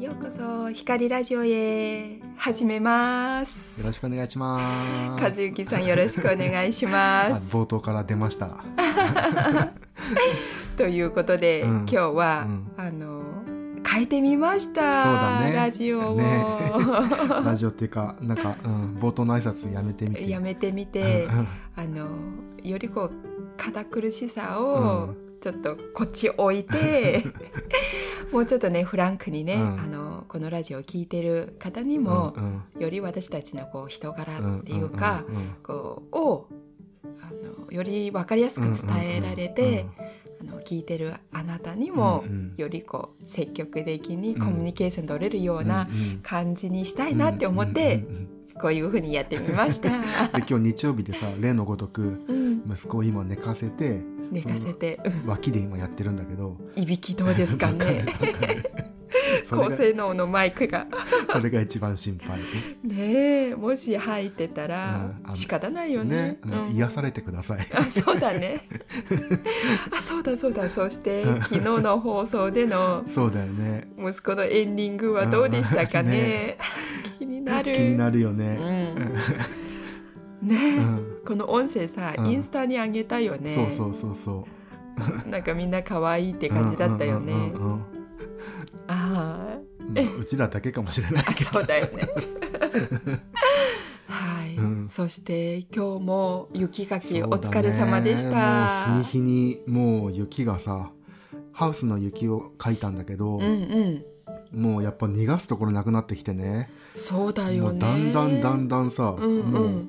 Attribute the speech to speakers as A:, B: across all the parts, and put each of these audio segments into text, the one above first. A: オ光ラジオへ始めます
B: よろしくお願いします。
A: 和幸さんよろしくお願いしま
B: あ
A: す
B: 冒頭から出ま した。
A: ということで、
B: うん
A: 今日は、
B: うん
A: あの変えてみました
B: そうだね
A: ラジオを、
B: ねラジオっていうか、なんか、うん、冒頭の挨拶やめてみて。
A: やめてみてあのよりこう堅苦しさ
B: う
A: をちょっとこっち置い て、もうちょっとねフランクにね、
B: うん
A: あのこのラジオを聞いてる方に
B: うん
A: も、
B: うん
A: より私たちのこう人柄
B: うん
A: っていうか、
B: うんうん
A: こうをあのより分かりやすく伝えられて、あの聞いてるあなたにも、
B: うんうん
A: よりこう積極的に
B: うん
A: コミュニケーション取れるような
B: うん
A: 感じにしたいなって思って、
B: うんうんうんうん
A: こういう風にやってみました。
B: で今日日曜日でさ例のごとく
A: うん、
B: 息子を今寝かせて
A: 寝かせて、うん
B: 脇で今やってるんだ けど
A: いびきどうですかね
B: わ。かるわかる そ
A: 高
B: れ
A: 性能のマイクが
B: がそれが一番心配
A: ねえもし入ってたら
B: うんあの
A: 仕方ないよね
B: ね、あの
A: うん
B: 癒されてください
A: あそうだ ねあそうだそうだそして昨日の放送での
B: そうだよね
A: 息子のエンディングはどうでしたかね気になる
B: 気になるよね、
A: うん、ねえ、
B: うん
A: この音声さ、
B: うん
A: インスタに上げたよね
B: そうそうそうそう
A: なんかみんな可愛いって感じだったよね、
B: うんうんうん
A: あ
B: うんうんうちらだけかもしれない
A: ああ
B: けど。
A: そうだよねはい、
B: うん
A: そして今日も雪かき
B: そう
A: お
B: だね
A: 疲れ様でした
B: もう日に日にもう雪がさ、ハウスの雪を描いたんだけど、
A: うんうん
B: もうやっぱ逃がすところなくなってきてね。
A: そうだ
B: も
A: よ
B: う
A: ね
B: だんだんだんだんさ、
A: うんうん
B: もう、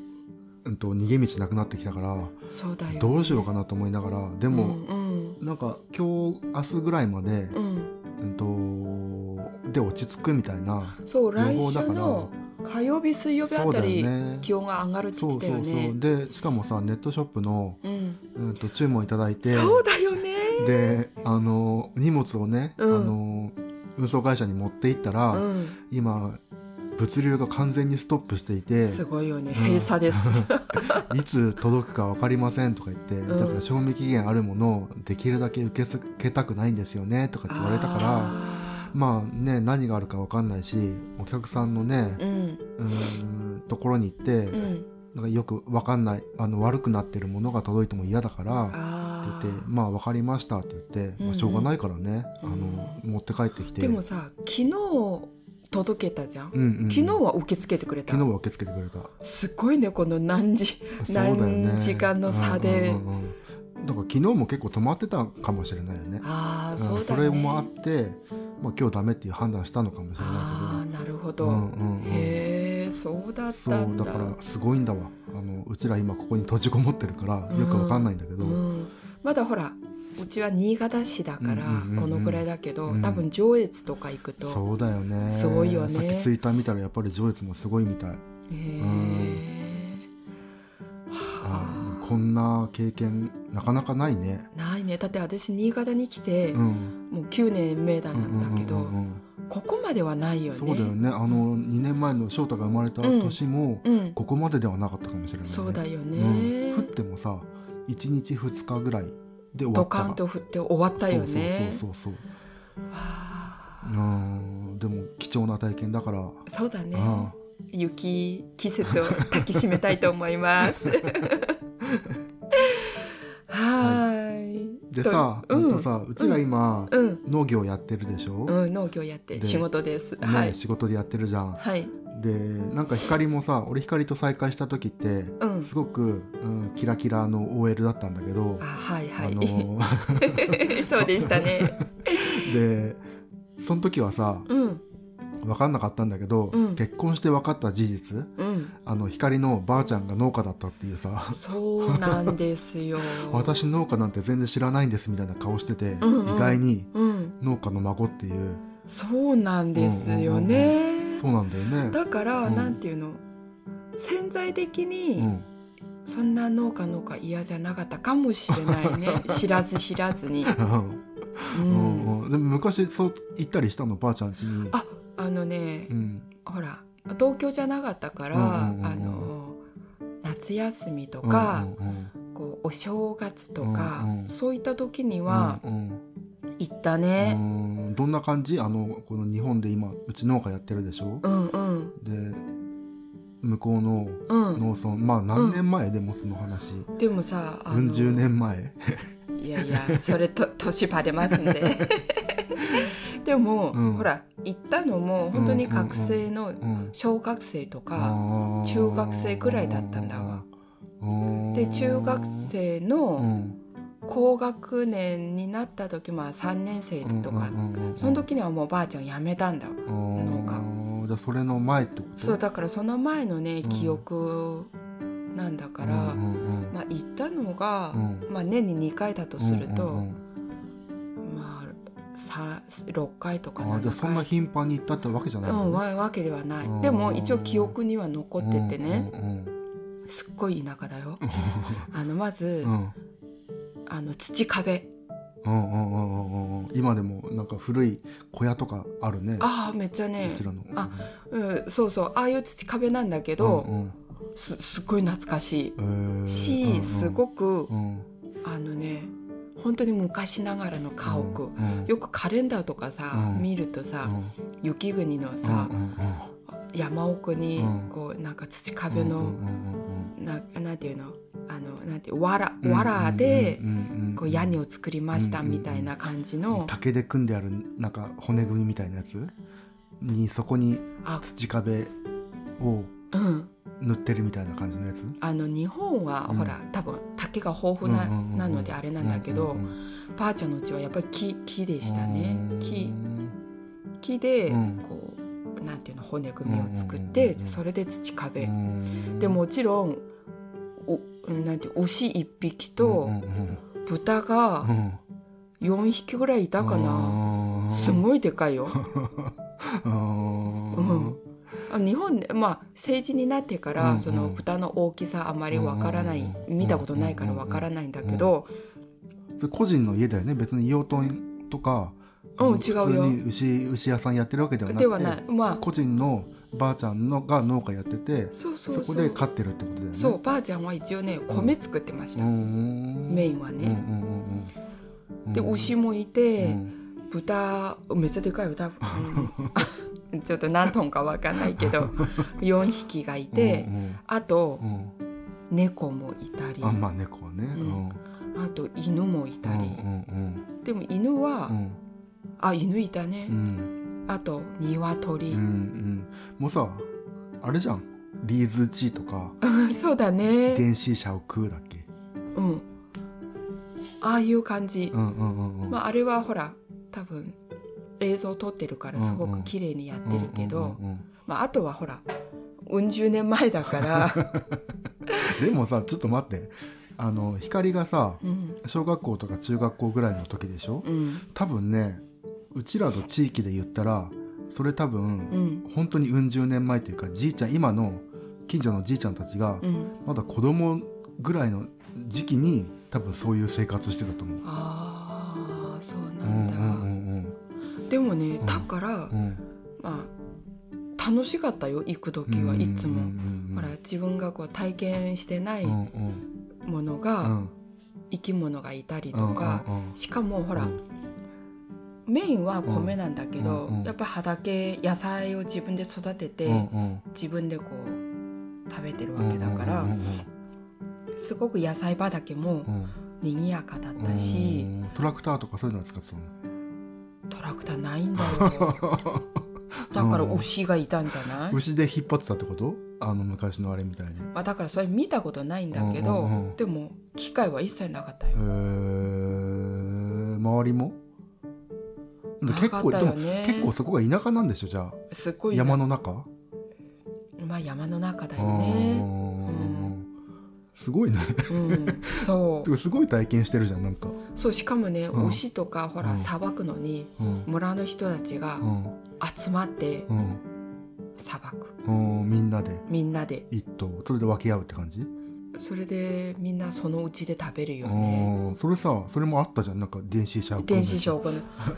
B: うんと、逃げ道なくなってきたから、
A: そうだよね
B: どうしようかなと思いながら、で
A: うん
B: も、
A: うん
B: なんか今日明日ぐらいまで、
A: うん
B: うんとで落ち着くみたいな
A: そう
B: 予
A: 来
B: 報だ
A: 週
B: から。
A: の火曜日水曜日あ
B: そう
A: た
B: だ
A: り、
B: よね。
A: 気温が上がるって
B: そ
A: 言っ
B: う
A: て
B: そ
A: たよ
B: うそう
A: ね
B: でしかもさネットショップの、
A: うん
B: うん、と注文いただいて
A: そうだよね
B: であの荷物をね、
A: うん
B: あの運送会社に持って行ったら、
A: うん
B: 今物流が完全にストップしていて
A: すごいよね
B: うん
A: 閉鎖です
B: いつ届くか分かりませんとか言って、
A: ん
B: だから賞味期限あるものをできるだけ受け付けたくないんですよねとかって言われたから
A: あー
B: まあね何があるか分かんないしお客さんのね、
A: うん
B: うーんところに行って、
A: うん
B: なんかよく分かんないあの悪くなってるものが届いても嫌だから。って
A: あ
B: 言って「まあ分かりました」って言って、
A: うんう
B: まあ、
A: ん
B: しょうがないからね、あの持って帰って
A: ー
B: きて
A: でもさ昨日届けたじゃん、
B: うんうん、
A: 昨日は受け付けてくれた
B: 昨日は受け付けてくれた
A: すごいねこの何時
B: そうだよね
A: 何時間の差で
B: うんうんうんうんだから昨日も結構止まってたかもしれないよね
A: ああ
B: ん
A: そうだね
B: れもあって、まあ、今日ダメっていう判断したのかもしれ
A: あ
B: な
A: あなるほ
B: いけ
A: ど、
B: どうんうんうん
A: へえそうだっ
B: そ
A: たん
B: う
A: だ
B: だからすごいんだわあのうちら今ここに閉じこもってるから
A: うん
B: よくわかんないんだけど、
A: うん、まだほらうちは新潟市だから
B: うんうんうんうん
A: このぐらいだけど、
B: うん
A: 多分上越とか行くと
B: そうだよね
A: すごいよね
B: さっきツイッター見たらやっぱり上越もすごいみたい
A: へえ、
B: あ
A: は
B: ー
A: あ
B: こんな経験なかなかないね
A: ないねだって私新潟に来て、
B: うん
A: もう9年目だなんだけど、
B: うんうんうんうん
A: ここまではないよね
B: そうだよねあの2年前の翔太が生まれた年も、
A: うん
B: ここまでではなかったかもしれない、ね、
A: そうだよね、
B: うん降ってもさ1日2日ぐらいで終わ
A: ド
B: った
A: カンと降って終わったよね
B: そうそうそうそう
A: わあ
B: うんでも貴重な体験だから、
A: そうだね
B: あ
A: 雪季節を抱きしめたいと思います はい
B: あでさ、
A: う
B: うん
A: ん
B: とさうちら今、
A: うん、
B: 農業やってるでしょ、
A: うん、農業やって
B: で
A: 仕事です、
B: ね
A: はい
B: 仕事でやってるじゃん
A: はい
B: でなんか光もさ俺光と再会した時って
A: うん
B: すごく、うん、キラキラの OL だったんだけど
A: あはいはい、
B: あの
A: そうでしたね
B: でその時はさ
A: うん
B: 分かんなかったんだけど、
A: うん
B: 結婚して分かった事実
A: うん
B: あの光のばあちゃんが農家だったっていうさ
A: そうなんですよ
B: 私農家なんて全然知らないんですみたいな顔してて、
A: んうん
B: 意外に
A: うん
B: 農家の孫っていう
A: そうなんですよね、
B: そうなんだよね。
A: だから、
B: うん
A: なんていうの潜在的
B: う
A: に
B: ん、
A: そんな農家農家嫌じゃなかったかもしれない ね知らず知らずに、う
B: うんんうん、でも昔そう行ったりしたのばあちゃん家に。
A: ああのね、
B: うん、
A: ほら東京じゃなかったから、
B: うんうんうんうん
A: あの夏休みとか、
B: うんうんうん
A: こうお正月とか、
B: うんうん
A: そういった時には、
B: うんうん
A: 行った
B: う
A: ね、
B: んどんな感じあのこの日本で今うち農家やってるでしょ
A: うん、うん
B: で向こうの
A: うん
B: 農村、まあ何年前でもその話、
A: でもさあの
B: うん、十年前
A: いやいやそれ と年バレますんででも、
B: うん
A: ほら行ったのも本当に学生の
B: うん
A: 小学生とか、
B: あー
A: 中学生くらいだったんだわ
B: あー
A: で中学生
B: う
A: の
B: ん
A: 高学年になった時まあ3年生とか、
B: うんうんうんうん
A: その時にはもうばあちゃん辞めたんだわ
B: あーじゃあそれの前ってこと
A: そうだからその前のね
B: うん
A: 記憶なんだから、
B: うんうんうん
A: まあ行ったのが、
B: うん
A: まあ年に2回だとすると、
B: うんうんうん
A: まあさ6回とか
B: あーじゃあ
A: 7
B: そんな
A: 回
B: 頻繁に行ったってわけじゃな
A: う
B: いの
A: ん、わわけではな
B: あー
A: いでも一応記憶には残っててね、
B: うんうん
A: すっごい田舎だ よ
B: うん
A: あのまず、
B: うん
A: あの土壁
B: うんうんうんうんうん今でもなんか古い小屋とかあるね
A: ああめっちゃね
B: こちらの
A: あうん、そうそうああいう土壁なんだけど、すすっごい懐かしいし、す
B: い
A: ごく
B: うん
A: あのね本当に昔ながらの家屋、
B: うん
A: よくカレンダーとかさ、
B: うん
A: 見ると
B: う
A: さ
B: ん
A: 雪国のさ
B: う、んうんうん
A: 山奥に
B: うん
A: こうなんか土壁の、
B: うんうん
A: ななんていうのあのなんていうわら
B: うんうん
A: わらで
B: うんうんうん
A: こう屋根を作りました
B: うんうんうん
A: みたいな感じの
B: 竹で組んであるなんか骨組みみたいなやつにそこに
A: あ
B: 土壁を
A: うん
B: 塗ってるみたいな感じのやつ
A: あの日本は
B: うん
A: ほら多分竹が豊富な
B: うんうんうんうん
A: なのであれなんだけ
B: う
A: ど
B: んうんうん
A: ばあちゃんのうちはやっぱり木木でしたね
B: うん
A: 木木で
B: うん
A: こうなんていうの骨組みを作って
B: うんうんうんうん
A: それで土壁
B: うん
A: でもちろんおなんていう牛一匹
B: う
A: と
B: んうん
A: 豚
B: う
A: が
B: ん
A: 4匹ぐらいいたかな
B: な
A: す
B: い
A: ごいでかいよ。
B: うん
A: あ日本で、まあ、政治になってから、
B: うんうん
A: その豚の大きさあまりわからない、
B: うんうんうん
A: 見たことないからわからないんだけど、
B: それ個人の家だよね別に養豚とかあの
A: うん違うよ
B: 普通に牛牛屋さんやってるわけではなくて
A: ではないまあ
B: 個人のばあちゃんのが農家やってて
A: そうそ
B: そう
A: そう
B: こで飼ってるってことだよね
A: そうばあちゃんは一応ね米作ってました、
B: ん
A: メインは
B: うん
A: ね、
B: うんうんうん
A: で牛もいて、
B: うん
A: 豚めっちゃでかいよ 多分、うんちょっと何トンかわかんないけど4匹がいて、
B: うん
A: あと
B: うんうん
A: 猫もいたり
B: あ
A: あ
B: まあ猫はねう
A: うんんと犬もいたり、
B: うん
A: でも犬は、
B: うんうん
A: あ犬いたね
B: う、ん
A: あと鶏、
B: うんうんもうさあれじゃんリーズチーとか
A: うん そうだね。
B: 電子車を食うだっけ
A: うん。ああいう感じ。
B: うんうんうんうん
A: まああれはほら多分映像撮ってるからすごく綺麗にやってるけど、
B: うんうんうんうん
A: まああとはほらうん十年前だ から、
B: でもさちょっと待ってあの光がさ
A: うん
B: 小学校とか中学校ぐらいの時でしょ
A: うん
B: 多分ねうちらの地域で言ったらそれ多分、
A: うん
B: 本当にうん十年前というかじいちゃん今の近所のじいちゃんたちが
A: うん。
B: まだ子供ぐらいの時期に多分そういう生活してたと思う。
A: ああそうな
B: うん
A: んだ。
B: うん
A: でもね
B: うん
A: だから、
B: うんうんうん
A: まあ楽しかったよ行く時
B: うんう
A: は
B: ん
A: いつも。
B: うんうん
A: ほら自分がこう体験してない
B: うん
A: も
B: うん
A: の
B: う
A: が
B: ん
A: 生き物がいたりとか、
B: うんうんうん
A: しかもほら、
B: うん
A: メインは米なんだけど、
B: うんうん
A: やっぱ畑野菜を自分で育てて、
B: うんうん
A: 自分でこう食べてるわけだから、
B: うんうん
A: すごく野菜畑も
B: うんうん
A: 賑やかだっ
B: う
A: た
B: ん
A: し、
B: うんトラクターとかそういうのは使ってたの
A: トラクターないんだ よ だから牛がいたんじゃない、
B: 牛で引っ張ってたってことあの昔のあれみたいに。
A: まあ、だからそれ見たことないんだけど、
B: うんうんうん
A: でも機械は一切なかったよ
B: え。ー、周りもで
A: な
B: 結
A: かっ
B: 構、
A: た
B: で
A: よ
B: も
A: ね。
B: 結構そこが田舎なんでしょじゃあ
A: すごいな
B: 山の中
A: まあ山の中だ
B: う
A: よ
B: ん
A: ね。
B: すごいね
A: うん、そう
B: て。かすごい体験してるじゃんなんか
A: そうしかもね、
B: うん
A: 牛とかほ
B: う
A: ら
B: ん
A: さばくのに
B: うん
A: 村の人たちが
B: うん
A: 集まって
B: うん
A: さばく
B: うんみんなで
A: みんなで
B: 一頭それで分け合うって感じ、
A: それでみんなそのうちで食べるよね
B: うんそれさそれもあったじゃんなんか電子シャー
A: 電子書をこ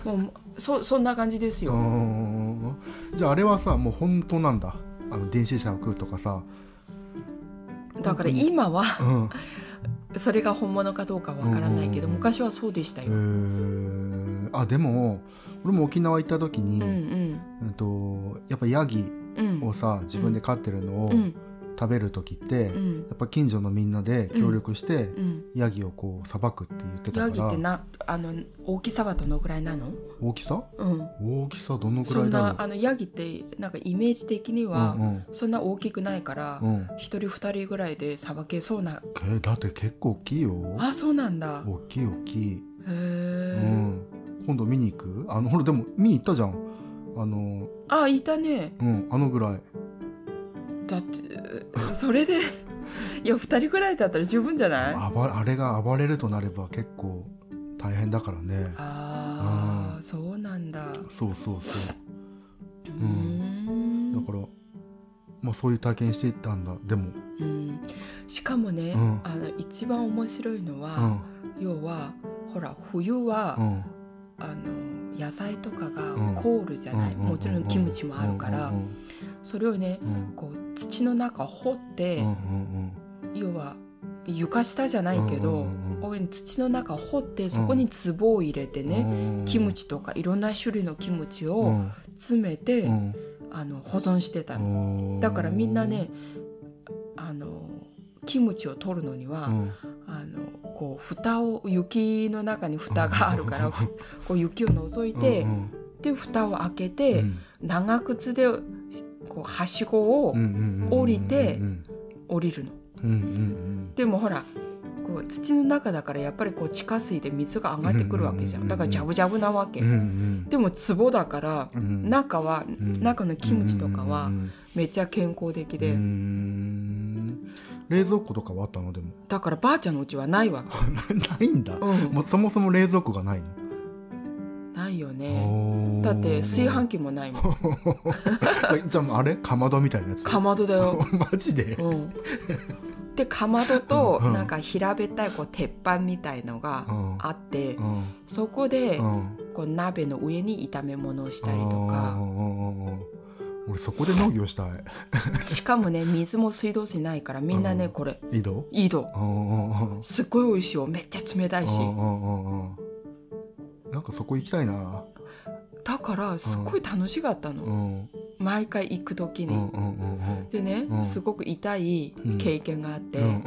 A: のもうそそんな感じです
B: う
A: よ
B: んじゃああれはさもう本当なんだあの電子シャー食うとかさ、
A: だから今は
B: うん、
A: それが本物かどうかわからないけど
B: うんうんうん
A: 昔はそうでした
B: え
A: よ
B: ー、ああでも俺も沖縄行った時
A: うんう
B: に、
A: ん
B: うん、とやっぱヤギ
A: うん
B: をさ自分で飼ってるのを
A: うん
B: 食べる時って、
A: う
B: や
A: ん
B: っぱ近所のみんなで協力して、
A: うん
B: ヤギをこうさばくって言って
A: ヤ
B: た
A: ギ
B: か
A: って
B: ら
A: なあの大きさはどのぐらいなの？
B: 大きさ
A: うん。
B: 大きさどのく
A: そ
B: ら
A: ん
B: いだろ
A: な
B: う
A: あのヤギってなんかイメージ的には
B: うん
A: そんな大きくないから
B: うんうん
A: 一人二人ぐらいでさばけそうな。
B: えだって結構大きいよ
A: あそうなんだ。
B: 大きい大きい、
A: へ
B: う
A: え。
B: ん、今度見に行くあのほらでも見に行ったじゃんあの
A: あいたね。
B: うんあのぐらい
A: だって それでいや二人ぐらいだったら十分じゃない？
B: 暴あれが暴れるとなれば結構大変だからね
A: あ
B: う
A: あそうなんだ。
B: そうそうそう
A: うー
B: だ
A: ん
B: からまあそういう体験していったんだでも
A: うんしかもね、
B: うん
A: あの一番面白いの
B: う
A: は、
B: ん
A: 要はほら冬は、
B: うん
A: あの野菜とかが
B: うん
A: 凍るじゃない、
B: うんうん
A: もちろんキムチもあるから、
B: うん
A: それをね
B: うんうん
A: こう土の中掘って、
B: うんうん
A: 要は床下じゃないけど、
B: うんうんうん
A: こういう土の中掘ってそこに壺を入れて
B: うん
A: ね、
B: うん
A: キムチとかいろんな種類のキムチ
B: う
A: を
B: ん
A: 詰めて、
B: うん
A: あの保存してたの。
B: うん
A: だからみんなねあのキムチを取るのには、
B: うん
A: あのこう蓋を雪の中に蓋があるから、
B: うん
A: ふこう雪を除いて、
B: うん
A: で蓋を開け
B: う
A: て、
B: ん
A: 長靴でこうはしごを
B: うんうんうん
A: 降りて
B: うん
A: 降りるの。
B: うんうん
A: でもほらこう土の中だからやっぱりこう地下水で水が上がってくるわけじゃ
B: う
A: ん
B: んうんうんう
A: だ
B: ん
A: からジャブジャブなわけ、
B: うんうん
A: でも壺だから
B: うんうん
A: 中は、
B: うん
A: 中のキムチとか
B: う
A: は
B: んうんうん
A: めっちゃ健康的で、
B: うん冷蔵庫とかはあったのでも
A: だからばあちゃんのうちはないわけ、
B: ないんだ、
A: うん
B: もうそもそも冷蔵庫がないの
A: ないよね
B: おー
A: だって炊飯器もないもん
B: じゃああれかまどみたいなやつ
A: かまどだよ
B: マジで、
A: うん、でかまどと
B: うんうん
A: なんか平べったいこう鉄板みたいのが
B: うん
A: あって
B: うん
A: そこで
B: うん
A: こう鍋の上に炒め物をしたりと
B: う
A: か
B: んうんうんうん俺そこで農業したい
A: しかもね水も水道水ないからみんな
B: う
A: ね
B: ん
A: これ
B: 井戸
A: 井戸
B: うんうんうんうん
A: すっごい美味しいよめっちゃ冷たいし
B: うんうんうんうんなんかそこ行きたいな
A: だからすっごい楽しかった
B: う
A: の
B: ん
A: 毎回行く時
B: うんうん
A: に。
B: うん
A: でね
B: うん
A: すごく痛い経験があって、
B: うんうんうん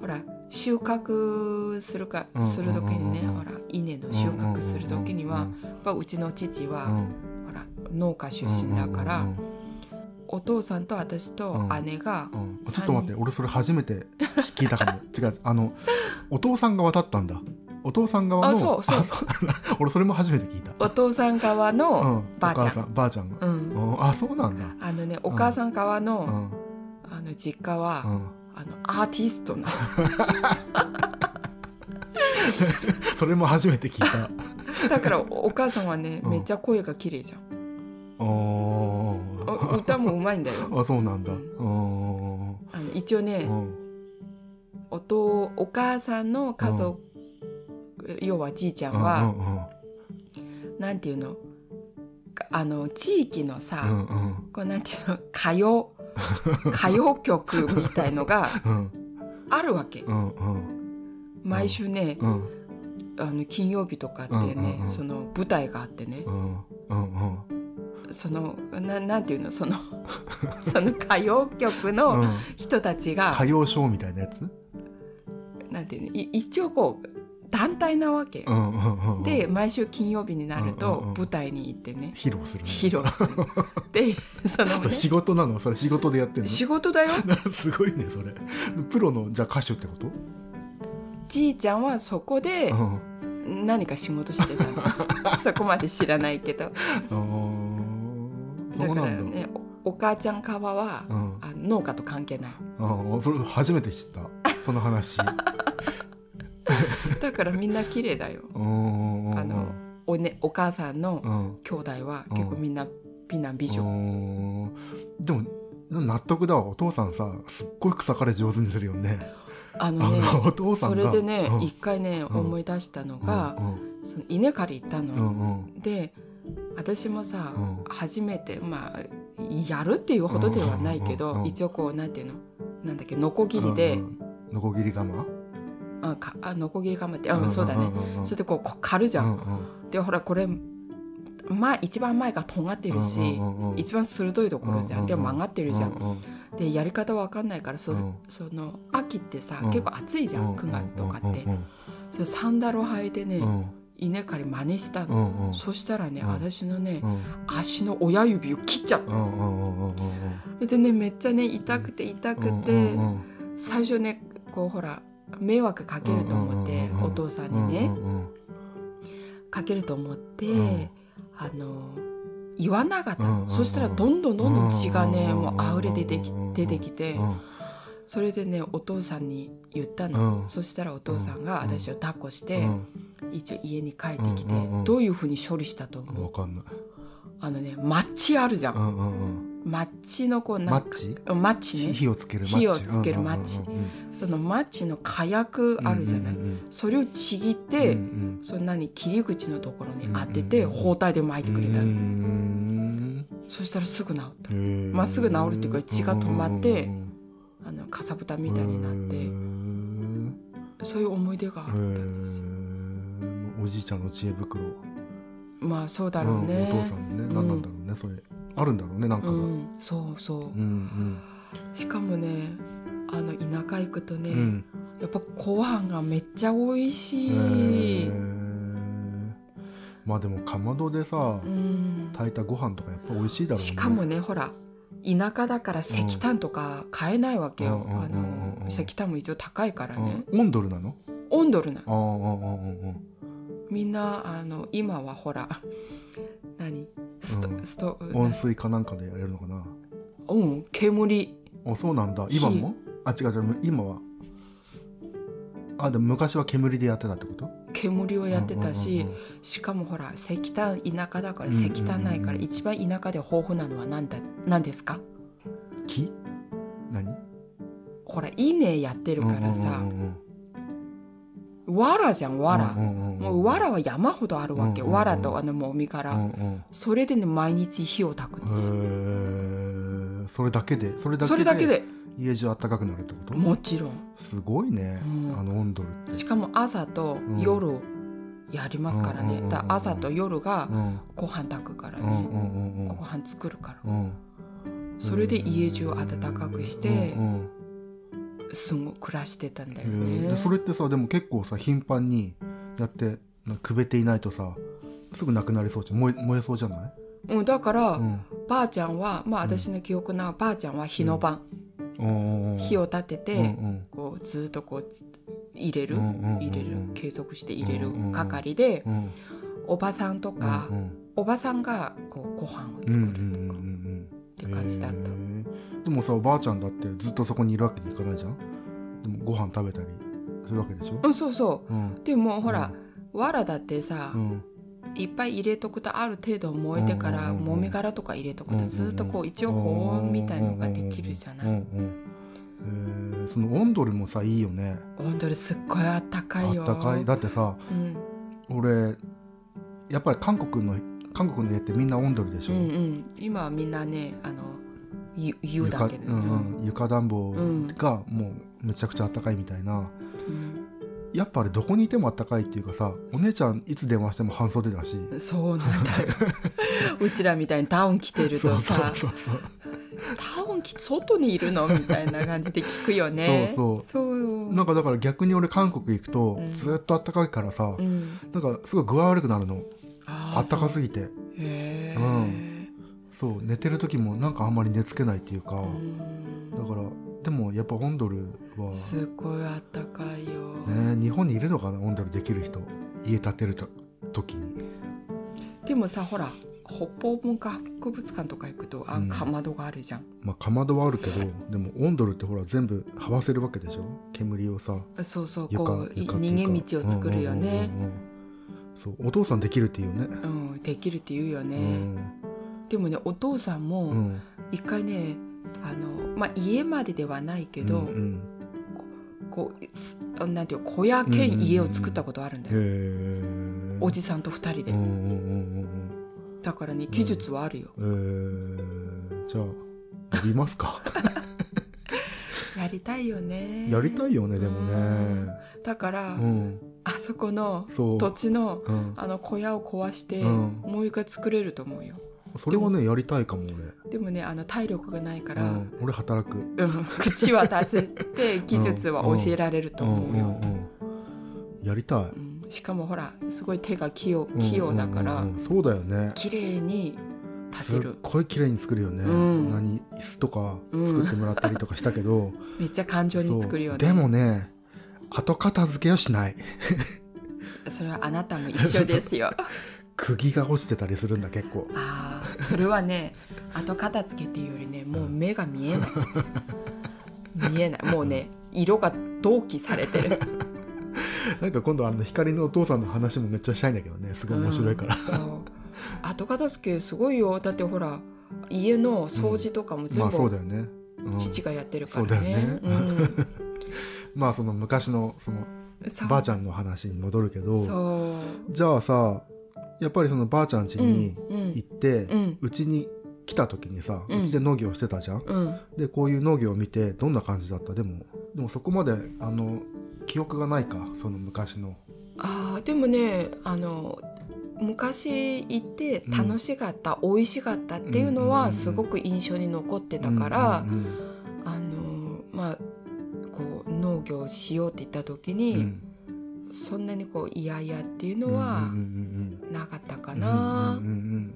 A: ほら収穫するか
B: うん
A: する時にね、
B: うんうんう
A: ほ
B: ん
A: ら稲の収穫する時には、
B: うん
A: やっぱうちの父は、
B: うんうん
A: ほら農家出身だから、
B: うんうんうん
A: お父さんと私と姉が、
B: うん
A: 三人
B: ちょっと待って俺それ初めて聞いたかも違うあのお父さんが渡ったんだお父さん側の
A: あそうそう
B: あ俺それも初めて聞いた
A: お父さん側
B: う
A: の、
B: ん、お
A: ばあちゃん
B: 母さんばあちゃんが、
A: うん
B: うんあそうなんだ
A: あのねお母さん側
B: う
A: の,、
B: ん
A: あの実家は、
B: うん
A: あのアーティスト な
B: それも初めて聞いた
A: だからおお母さんはね、
B: うん
A: めっちゃ声が綺麗じゃん
B: おー
A: お歌もうまいんだよ
B: あそうなんだ
A: う
B: うん
A: あの一応
B: う
A: ね、
B: ん
A: お父お母さんの家族、要はじいちゃんは、なんていうのかあの地域のさ、
B: うんうん
A: こうなんていうの歌 謡歌謡曲みたいのが
B: うん
A: あるわけ
B: うんうん
A: 毎週ね、
B: うんうん
A: あの金曜日とかってね、
B: うんうんうん
A: その舞台があってね
B: う、んうん
A: そのななんていうのそ のその歌謡曲
B: う
A: の
B: ん
A: 人たちが
B: 歌、謡ショーみたいなやつ
A: なんていうのい一応こう団体なわけ、
B: うんうんうんうん
A: で毎週金曜日になる
B: うんうん
A: と
B: うん
A: 舞台に行ってね、
B: 披露するね
A: 披露するでその、ね、
B: 仕事なのそれ仕事でやってんの
A: 仕事だよ
B: すごいねそれプロのじゃあ歌手ってこと
A: じいちゃんはそこで何か仕事してたの そこまで知らないけど
B: うんあー
A: だ
B: そう
A: か
B: な
A: ら
B: んだ
A: ねおお母ちゃん側は、
B: うん
A: あ農家と関係ない
B: ああそれ初めて知ったそ の話
A: だからみんな綺麗だよ
B: うん
A: あのお,、ね、お母さんの
B: うん
A: 兄弟は
B: うん
A: 結構みんな美男美女、
B: うんでもな納得だわお父さんさすっごい草刈り上手にするよね
A: あ
B: あ
A: のね
B: のお父さ
A: そ
B: ん
A: れ
B: が
A: でね
B: うん
A: 一回ね
B: ん
A: 思い出したの
B: う
A: が、
B: ん
A: その稲刈り行った
B: う
A: の、
B: んうん
A: で私もさ、
B: うん
A: 初めてまあやるっていうほどではないけど、
B: うんうんうんうん
A: 一応こうなんていうのなんだっけノコギリで、
B: うんうんノコギリ釜
A: あかあノコギリ頑張ってあ、うんそうだね、
B: んんん
A: それでこうこう刈るじゃん、
B: うん
A: でほらこれ前一番前がとんがってるし、一番鋭いところじゃん、でも曲がってるじゃん、でやり方わかんないからそ,、
B: うん
A: その秋ってさ、
B: うん
A: 結構暑いじゃん、9月とかって、それサンダルを履いてね、稲刈り真似したの、そしたらね、
B: うん
A: 私のね、足の親指を切っちゃったでねめっちゃね痛くて痛くて、最初ねこうほら迷惑かけると思って、お父さんにね、かけると思って、
B: うん
A: あの言わなかった、
B: うんうんうん
A: そしたらどんどんどんどん血がね、もうあふれ出てき
B: うんうんうん
A: 出てきて、それでねお父さんに言ったの、
B: うん
A: そしたらお父さんが
B: うん
A: 私を抱っこして、一応家に帰ってきて、
B: うんうんうん
A: どういうふうに処理したと思う、
B: わかんない。
A: あのねマッチあるじゃん、
B: うんうんうん。
A: マッチのこう
B: マ
A: なん
B: ッチ？
A: マッチね
B: 火をつけるマッチ。
A: そのマッチの火薬あるじゃない、それをちぎって、そんなに切り口のところに当てて、
B: うんうんうん
A: 包帯で巻いてくれたの、
B: の。
A: そしたらすぐ治った
B: ま
A: あのかさぶたみたいになってそういう思い出があったんですよ。
B: おじいちゃんの知恵袋。
A: まあそうだろうね。
B: お父さんね、何なんだろうね、それ。あるんだろうね、なんか
A: う
B: が。
A: ん、そうそう。しかもね、あの田舎行くとね、やっぱご飯がめっちゃ美味し
B: へ
A: い。
B: ーまあでもかまどでさ
A: うん。
B: 炊いたご飯とかやっぱ美味しいだろうね
A: しかもね、ほら田舎だから石炭とか買えないわけよ。
B: うんうん
A: あ
B: うんうんうん
A: の石炭も一応高いからね。
B: うんオンドルなの
A: オンドルな
B: あああああああ
A: みんなあの今はほら何スト、
B: うん
A: スト
B: あ温水かなんかでやれるのかな
A: うん煙
B: あそうなんだ今もあ違う違う今はあでも昔は煙でやってたってこと
A: 煙をやってたし、
B: うんうんうん
A: しかもほら石炭田舎だから石炭ないか
B: うん
A: ら
B: うんうん
A: 一番田舎で豊富なのは何だ何ですか
B: うん木何
A: ほら稲やってるからさ
B: うんうんうん
A: 藁じゃん
B: うん
A: 藁
B: んんん
A: もう藁は山ほどあるわけ
B: うんうんうん
A: 藁とあのもみか
B: う
A: ら
B: んうん
A: それでね毎日火を焚くんですよ
B: へえそれだけでそれだけで
A: それだけで
B: 家中暖かくなるってこと
A: もちろん
B: すごいね、
A: うん
B: あのオンドルって
A: しかも朝と
B: ん
A: 夜やりますから
B: うんうんうんう
A: ね
B: ん
A: だから朝と夜が
B: うん
A: ご飯炊くから
B: うんうん
A: ね
B: う
A: ご
B: ん
A: 飯作るから
B: うんうん
A: それで家中暖かくして
B: うんうん
A: すごい暮らしてたんだよ
B: へえ
A: ね
B: でそれってさでも結構さ頻繁にやってなんかくべていないとさすぐなくなりそうじゃん燃え燃えそうじゃない、
A: うんだから、
B: うん
A: ばあちゃんはまあ私の記憶なばあちゃんは火の晩、
B: うんうん、
A: 火
B: を
A: を立てて、
B: うん
A: こうずっとこうつ入れる、
B: うんうんうんうん
A: 入れる継続して入れる
B: うんうん
A: 係で、
B: うんうん
A: おばさんとか、
B: うん
A: おばさんがこうご飯を
B: うんうんう
A: 作
B: ん
A: るとか、って
B: うんうん
A: 感じだった、
B: へえでもさおばあちゃんだってずっとそこにいるわけにいかないじゃんでもご飯食べたりするわけでしょ
A: う、んそうそ
B: うん
A: うでもほら、わらだってさ、
B: うん
A: いっぱい入れとくとある程度燃えてから、
B: うんうんうん
A: もみ殻とか入れとく
B: うんう
A: と
B: んうん
A: ずっとこう一応保温みたいのができるじゃない、
B: うんうんうんへえそのオンドルもさいいよね
A: 本当にすっごいあったか
B: あ
A: いよ
B: ったかいだってさ
A: うん、
B: 俺やっぱり韓国の韓国の家ってみんなオンドルでし
A: うん
B: ょ、
A: うん、今はみんなねあのゆ湯だ
B: 床
A: けで、
B: うんうん、床暖房がもうめちゃくちゃあったかいみたいな、
A: うん
B: やっぱあれどこにいてもあったかいっていうかさお姉ちゃんいつ電話しても半袖だし
A: うんそうなん だようちらみたいにダウン着てる
B: そ
A: と
B: う
A: さ
B: そうそうそう
A: ダウン着て外にいるのみたいな感じで聞くよね
B: そう
A: そうそう
B: なんかだから逆に俺韓国行くと、
A: うん
B: ずっとあったかいからさ、
A: うん、
B: なんかすごい具合悪くなるの
A: あ
B: あったか
A: い
B: すぎて
A: へえ、
B: うそう寝てる時もなんかあんまり寝つけないっていうか、
A: うん
B: だからでもやっぱオンドルは
A: すごいあったかいよ、
B: ね日本にいるのかなオンドルできる人家建てると時に
A: でもさほら北方文化博物館とか行くとあ、
B: うん
A: かまどがあるじゃん
B: まあかまどはあるけ どでもオンドルってほら全部這わせるわけでしょ煙をさ
A: そうそう
B: 床
A: こうい
B: 床って
A: 逃
B: いうか
A: げ道を作るよね、
B: うんうんうんうんそうお父さんできるっていうね
A: うん、できるって言うよね、
B: うん
A: でもねお父さん
B: う
A: も
B: ん
A: 一回ね、あのまあ、家までではないけど、
B: うん
A: こうすなんていう小屋兼家を作ったことあるんだ
B: う
A: よ、
B: んへえ
A: おじさんと二人で、
B: うんうんうん
A: だからね技術はあるよ、
B: うんうんへえじゃあやりま すか
A: やりたいよね
B: やりたいよねでもね
A: だから、
B: うん
A: あそこの
B: そう
A: 土地の
B: うん、
A: あの小屋を壊して、
B: うん
A: もう一回作れると思うよ
B: それはねやりたいかも
A: でもねあの体力がないか
B: 俺、う
A: ら、
B: ん、俺働く
A: うん口は出せて技術は教えられると思うよ、
B: んうんうん、やりたい
A: うんしかもほらすごい手が器用
B: うん
A: 器用だから、
B: うんうんうんそうだよね
A: 綺麗に
B: す
A: 立
B: って
A: る
B: ごい綺麗に作るよね、
A: うん
B: 何椅子とか作ってもらったりとかした けど、
A: めっちゃ感情に作るよ
B: そう
A: ね
B: でもね後片付けはしない
A: それはあなたも一緒ですよ
B: 釘が落ちてたりするんだ結構
A: ああそれはね後片付けっていうよりねもう目が見えない、見えないもうね色が同期されてる
B: なんか今度あの光のお父さんの話もめっちゃしたいんだけどねすごい 面白いから、
A: うんそう後片付けすごいよだってほら家の掃除とかも
B: ま
A: 全
B: あそうだ
A: 部
B: よね、うん
A: 父がやってるか
B: そ
A: ら
B: うだよ
A: ね
B: ね まあその昔のそのばあちゃんの話に戻るけ
A: ゃん
B: ど
A: そ
B: じゃあさやっぱりそのばあちゃん家
A: う
B: に
A: うん
B: 行って
A: うん
B: うち、に来た時にさ
A: うん
B: うちで農業してたじゃん、
A: うんうん
B: でこういう農業を見てどんな感じだったでもでもそこまであの記憶がないかその昔の
A: あーでもねあの昔行って
B: うん
A: 楽しかった、美味しかったっていうの
B: うんうんうんうん
A: はすごく印象に残ってたから、
B: うん
A: あのまあこう農業しようって言った時に、
B: うん
A: そんなにこう嫌々っていう
B: うん
A: の
B: う
A: は
B: んうん
A: なかったか
B: うん
A: な。
B: うん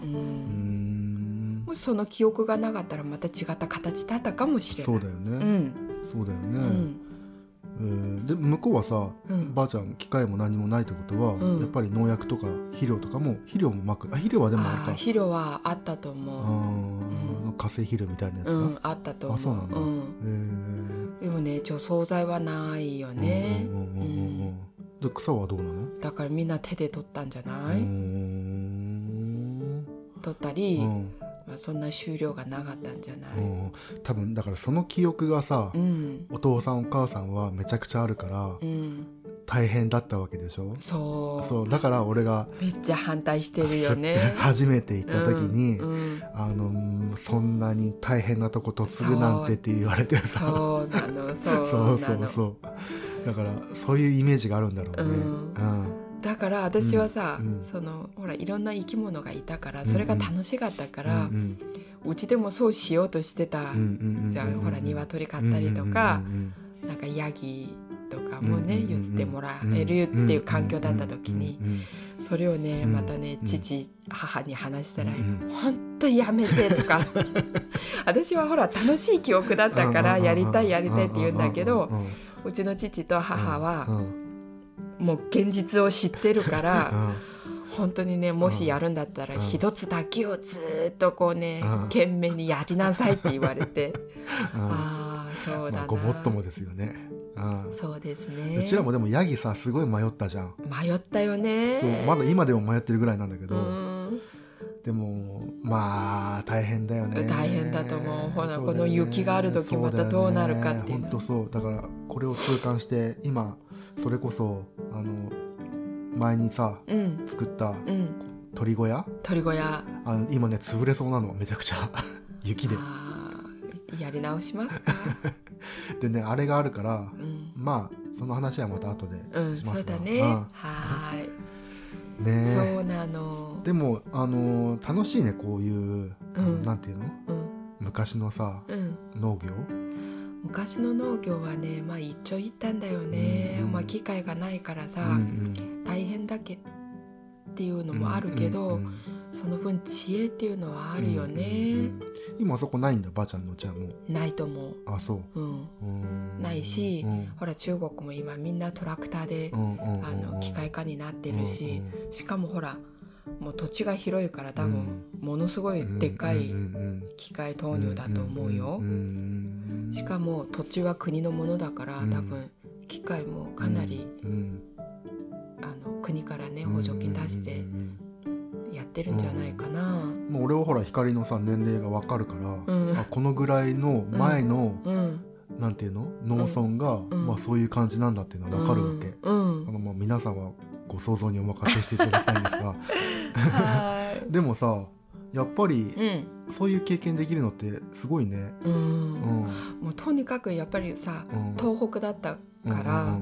B: う
A: う
B: ん
A: ん
B: うんうんうん
A: もしその記憶がなかったらまた違った形だったかもしれない。
B: そうだよ
A: う
B: ね、
A: ん
B: そうだよ
A: う
B: ね、
A: ん
B: えーで向こうはさ
A: うん
B: ばあちゃん機械も何もないってことは、
A: うん
B: やっぱり農薬とか肥料とかも肥料もまくあ肥料はでもあ
A: あー
B: るか
A: 肥料はあったと
B: あ
A: 思
B: ー化成肥料みたいなやつ
A: う。
B: が、
A: うん、あったと思う。
B: あそうなんだ
A: ん
B: えー
A: でもね、除草剤はないよね
B: う。んうんうんうんうんで草はどうなの
A: だからみんな手で取ったんじゃな
B: うー
A: い？
B: ん
A: 取ったり、
B: うん
A: まあそんな収量がなかったんじゃない？
B: うん多分だからその記憶がさ、
A: うん、
B: お父さんお母さんはめちゃくちゃあるから
A: うん、
B: 大変だったわけでしょ、
A: そう。
B: そうだから俺が
A: めっちゃ反対してるよね。
B: 初めて行った時に、
A: うんうん
B: あのそんなに大変なとことするなんてって言われてさ
A: そうな の、そうな
B: そ
A: の。
B: うそうそうだからそういうイメージがあるんだろうね、
A: うん
B: うん
A: だから私はさ、
B: うんうん
A: そのほらいろんな生き物がいたからそれが楽しかったから、う
B: うん
A: ちでもそうしようとしてた、
B: うんうんうんうんうん
A: じゃあほら鶏買ったりとか、なんかヤギとかもね、
B: うんうんうん
A: 譲ってもらえるっていう環境だった時に、
B: うんうんうんうん
A: それをね
B: うん
A: またね、
B: うん
A: 父母に話したら「
B: うん
A: ほんとやめて」と か私はほら楽しい記憶だったからやりたいやりたいって言うんだけど
B: うん
A: うちの父と母
B: う
A: は
B: ん
A: もう現実を知ってるから。本当にねもしやるんだったら
B: うん
A: 一つだけをずっとこうね、
B: うん
A: 懸命にやりなさいって言われて、
B: うん
A: ああそうだな、
B: まあごもっともですよね、うん
A: そうですね
B: うちらもでもヤギさすごい迷ったじゃん、
A: 迷ったよね
B: そうまだ今でも迷ってるぐらいなんだけど、
A: うん
B: でもまあ大変だよね
A: 大変だと思うほら
B: そだよね
A: この雪がある時またどうなるかっていうの
B: 本当そうだからこれを痛感して今それこそあの前にさ
A: うん
B: 作った
A: うん
B: 鳥小屋
A: 鳥小屋
B: あの今ね潰れそうなのめちゃくちゃ 雪で
A: あーやり直します か、
B: でねあれがあるから
A: うん
B: まあその話はまた後で
A: うん、
B: します
A: そうだね、
B: うん
A: はーい、
B: ね
A: そうなの
B: でもあの楽しいねこういう、あの
A: うん
B: なんていうの
A: うん
B: 昔のさ
A: うん
B: 農業
A: 昔の農業はねまあ一長一短だよね、
B: うんうん
A: まあ機会がないからさ、
B: うん
A: 大変だけっていう
B: う
A: の
B: ん
A: もあるけど、
B: うんうん
A: その分知恵っていうのはあるよね、
B: うんうんうん今そこないんだばあちゃんの家はもう
A: ないと思う、
B: あそう
A: うん、
B: うーん
A: ないし
B: うん
A: ほら中国も今みんなトラクターで、
B: うんうんうん
A: あの機械化になってるし、しかもほらもう土地が広いから多分ものすごいでっかい機械投入だと思うよ、しか
B: も
A: も土地は国のものだから
B: うん
A: 多分機械もかなり、あの国からね補助金出してやってるんじゃないかな。
B: もう俺はほら光のさ年齢がわかるか
A: う
B: ら、
A: ん
B: あこのぐらいの前の、
A: うん
B: なんていうの農村が、
A: ん
B: まあ、そういう感じなんだっていうのはわかるわけ、
A: うん
B: あのまあ、皆さんはご想像にお任せしていただきたいんですが
A: は
B: でもさやっぱり
A: いうん
B: そういう経験できるのってすごいね。
A: う
B: うんん
A: もうとにかくやっぱりさ
B: うん
A: 東北だったから、
B: うんうんうん
A: あの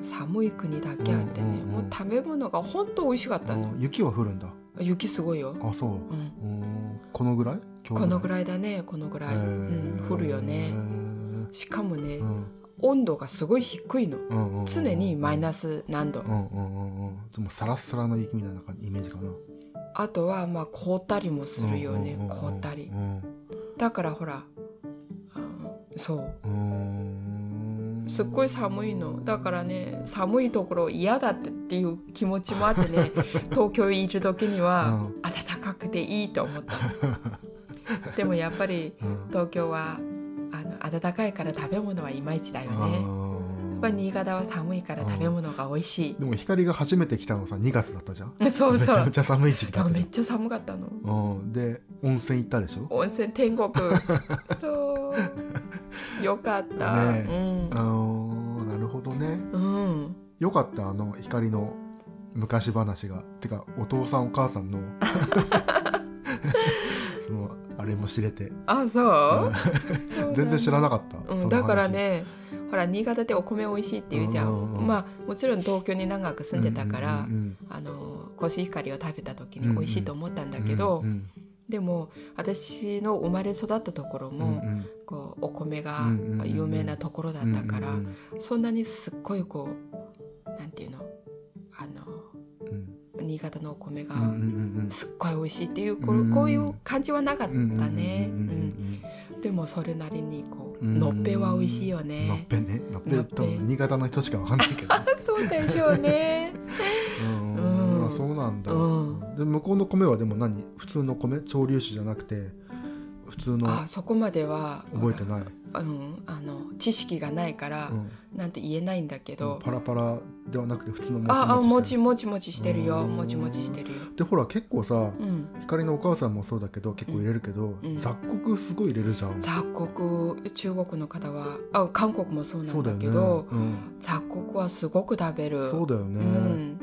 A: 寒い国だけあってね、
B: うんうんうん
A: もう食べ物が本当美味しかったの、
B: うん雪は降るんだ
A: 雪すごいよ、
B: あそう
A: うん、
B: うんこのぐらい
A: このぐ
B: らい
A: らいだねこのぐらい、
B: へ
A: うん、
B: ー
A: 降るよ
B: へ
A: ね
B: ー
A: しかもね、
B: うん
A: 温度がすごい低いの
B: うんうんうん
A: 常にマイナス何度、
B: うんうんうんうんでもサラッサラの雪みたいな感じイメージかな
A: あとはまあ凍ったりもするよね、
B: うんうんうんうん
A: 凍ったり
B: うん
A: だからほらあのそう
B: うーん
A: すっごい寒いのだからね寒いところ嫌だってっていう気持ちもあって ね東京にいる時には
B: う
A: 暖かくていいと思った のでもやっぱり
B: うん
A: 東京はあの暖かいから食べ物はいまいちだよねやっぱ
B: あー
A: 新潟は寒いから食べ物が美味し
B: でも光が初めて来たのさ2月だったじゃん
A: い そう
B: めち
A: そ
B: ゃめ
A: う
B: ちゃ寒い時期
A: だか
B: だっ
A: ら
B: た
A: め
B: じ
A: っちゃ寒かったの
B: ゃん、うん、で温泉行ったでしょ
A: 温泉天 国そうよかった、
B: ね
A: うん
B: あ、ーなるほどね
A: うん、
B: よかったあの光の昔話がてかお父さんお母さんのそのあれも知れて
A: あそう
B: うん全然知らなかった、
A: う
B: そ
A: ん、
B: の話
A: だからねほら新潟ってお米美味しいって言うじゃん,、
B: うんうんうん
A: まあもちろん東京に長く住んでたから、
B: うんうん
A: あのコシヒカリを食べた時
B: うんう
A: に
B: ん
A: 美味しいと思ったん
B: う
A: だ
B: ん
A: けど、
B: うん
A: でも私の生まれ育ったところ
B: うんう
A: も、
B: ん
A: こうお米が
B: うんうんうんうん
A: 有名なところだったから、
B: うん
A: そんなにすっごいこうなんていうのあ
B: うんうん
A: の新潟のお米が
B: うんうん
A: すっごい美味しいっていう、こ
B: うん
A: うこういう感じはなかった
B: うんうん
A: ね。
B: う
A: うん
B: うんうん
A: んでもそれなりにこう、
B: うん
A: のっぺは美味しいよね。
B: のっぺねのっぺ
A: のっぺ
B: 多分新潟の人しかわかんないけど
A: そうでしょうね。
B: うん
A: うん
B: あそうなんだ、
A: うん
B: で向こうの米はでも何普通の米潮流酒じゃなくて普通 の
A: あそこまでは
B: 覚えてない、
A: うん、あの知識がないから、
B: うん
A: なんと言えないんだけど、
B: パラパラではなくて普通のもちもち
A: ああもち
B: も
A: もちもちしてるよ
B: うん
A: もちもちしてるよ。
B: でほら結構さ
A: うん、
B: 光のお母さんもそうだけど結構入れるけど、
A: うん
B: 雑穀すごい入れるじゃん
A: 雑穀中国の方はあ韓国もそうな
B: そうん
A: だ
B: だよね
A: けど
B: うん、
A: 雑穀はすごく食べる。
B: そうだよね、
A: う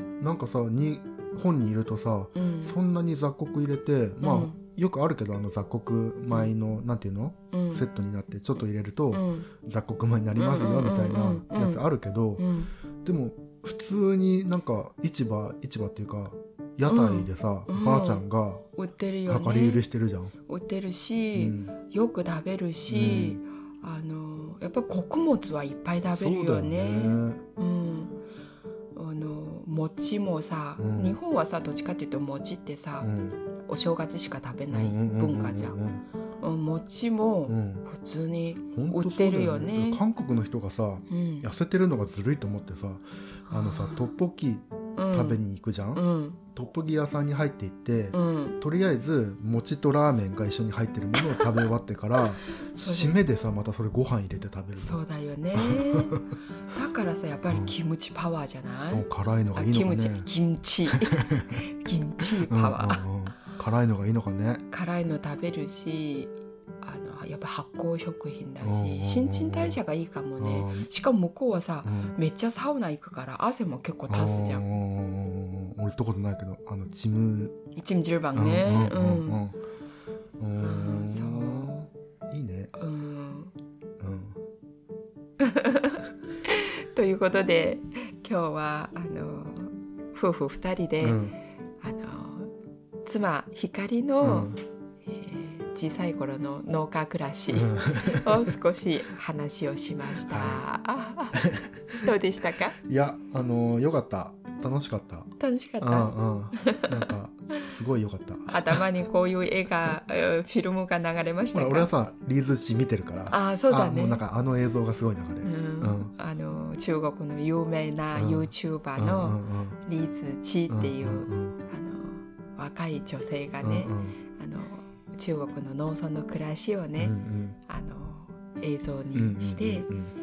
A: ん
B: なんかさに本にいるとさ
A: うん
B: そんなに雑穀入れてまあ、
A: うん
B: よくあるけどあの雑穀米のなんていうの、
A: うん
B: セットになってちょっと入れると、
A: うん
B: 雑穀米になりますよ
A: うんうん
B: みたい
A: うんうん
B: なやつあるけど、
A: うん
B: でも普通になんか市場市場っていうか屋台でさ、
A: うん
B: ばあちゃんが
A: 売ってるよ
B: 量り売り
A: ね
B: してるじゃん。
A: 売ってる
B: う
A: し、
B: ん
A: よく食べるし、あのやっぱり穀物はいっぱい食べるよね。
B: そうだよね
A: うん、あの餅もさ、
B: うん
A: 日本はさどっちかっていうと餅ってさ、
B: うん
A: お正月しか食べない
B: うんうんうんうん
A: 文化じゃん。うん餅
B: う
A: も
B: ん
A: 普通に、
B: 本当そうだ
A: 売ってるよね
B: 韓国の人がさ
A: うん
B: 痩せてるのがずるいと思ってさあのさ
A: あー
B: トッポッキ食べに行くじゃん、
A: うん
B: トッポギ屋さんに入っていって、
A: うん
B: とりあえず餅とラーメンが一緒に入ってるものを食べ終わってから
A: そうだ
B: 締めでさまたそれご飯入れて食べるの
A: そうだ よねだからさやっぱりキムチパワーじゃない、
B: そう辛いのが
A: あ
B: いい
A: キ
B: のか
A: ムチ
B: ね
A: キムチ キムチパワー、
B: うんうんうん辛いのがいいのかね
A: 辛いの食べるしあのやっぱ発酵食品だ
B: うんうんうんう
A: し
B: ん
A: 新陳代謝がいいかもね
B: うん
A: しかも向こうはさ
B: うん
A: めっちゃサウナ行くから汗も結構出すじゃ
B: うんんうんうん俺行ったことないけどあのチム
A: 一日十番ね
B: う
A: うん
B: う
A: ん
B: んうんうん
A: うんそ
B: いいね
A: うん
B: うん
A: ということで今日はあの夫婦二人で、
B: うん
A: あの妻光
B: う
A: の、
B: ん
A: えー小さい頃の農家暮らし
B: うん
A: を少し話をしました、どうでしたか
B: いやあのよかった楽しかった
A: 楽しかった、
B: うんうんなんかすごいよかった
A: 頭にこういう絵がえーフィルムが流れました
B: ほら
A: か
B: 俺はさリーズ誌見てるから
A: ああそうだ
B: あ
A: ね
B: もうなんかあの映像がすごい流れ
A: う
B: る
A: ん
B: うん
A: あの中国の有名な
B: うん
A: YouTuber
B: うん
A: の
B: うん
A: リーズ・チ
B: うん
A: っていう、
B: んん
A: あの若い女性が
B: うん
A: ね、
B: うん
A: あの中国の農村の暮らしをね、
B: うん
A: あの映像
B: うんうん
A: にして、
B: うんうん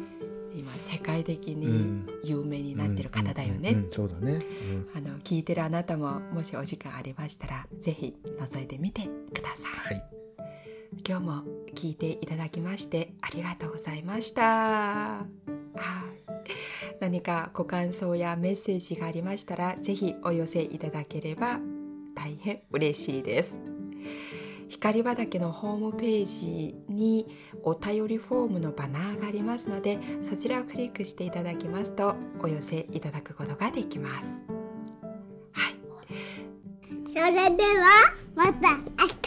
A: 今世界的
B: う
A: に
B: ん
A: 有名になってる方だよね。
B: うんうんうんそうだねうん
A: あの聞いてるあなたももしお時間ありましたらぜひ覗いてみてくださ
B: はい
A: い今日も聞いていただきましてありがとうございました。はい何かご感想やメッセージがありましたら、ぜひお寄せいただければ大変嬉しいです。光畑のホームページにお便りフォームのバナーがありますのでそちらをクリックしていただきますとお寄せいただくことができます。はい、
C: それではまた明日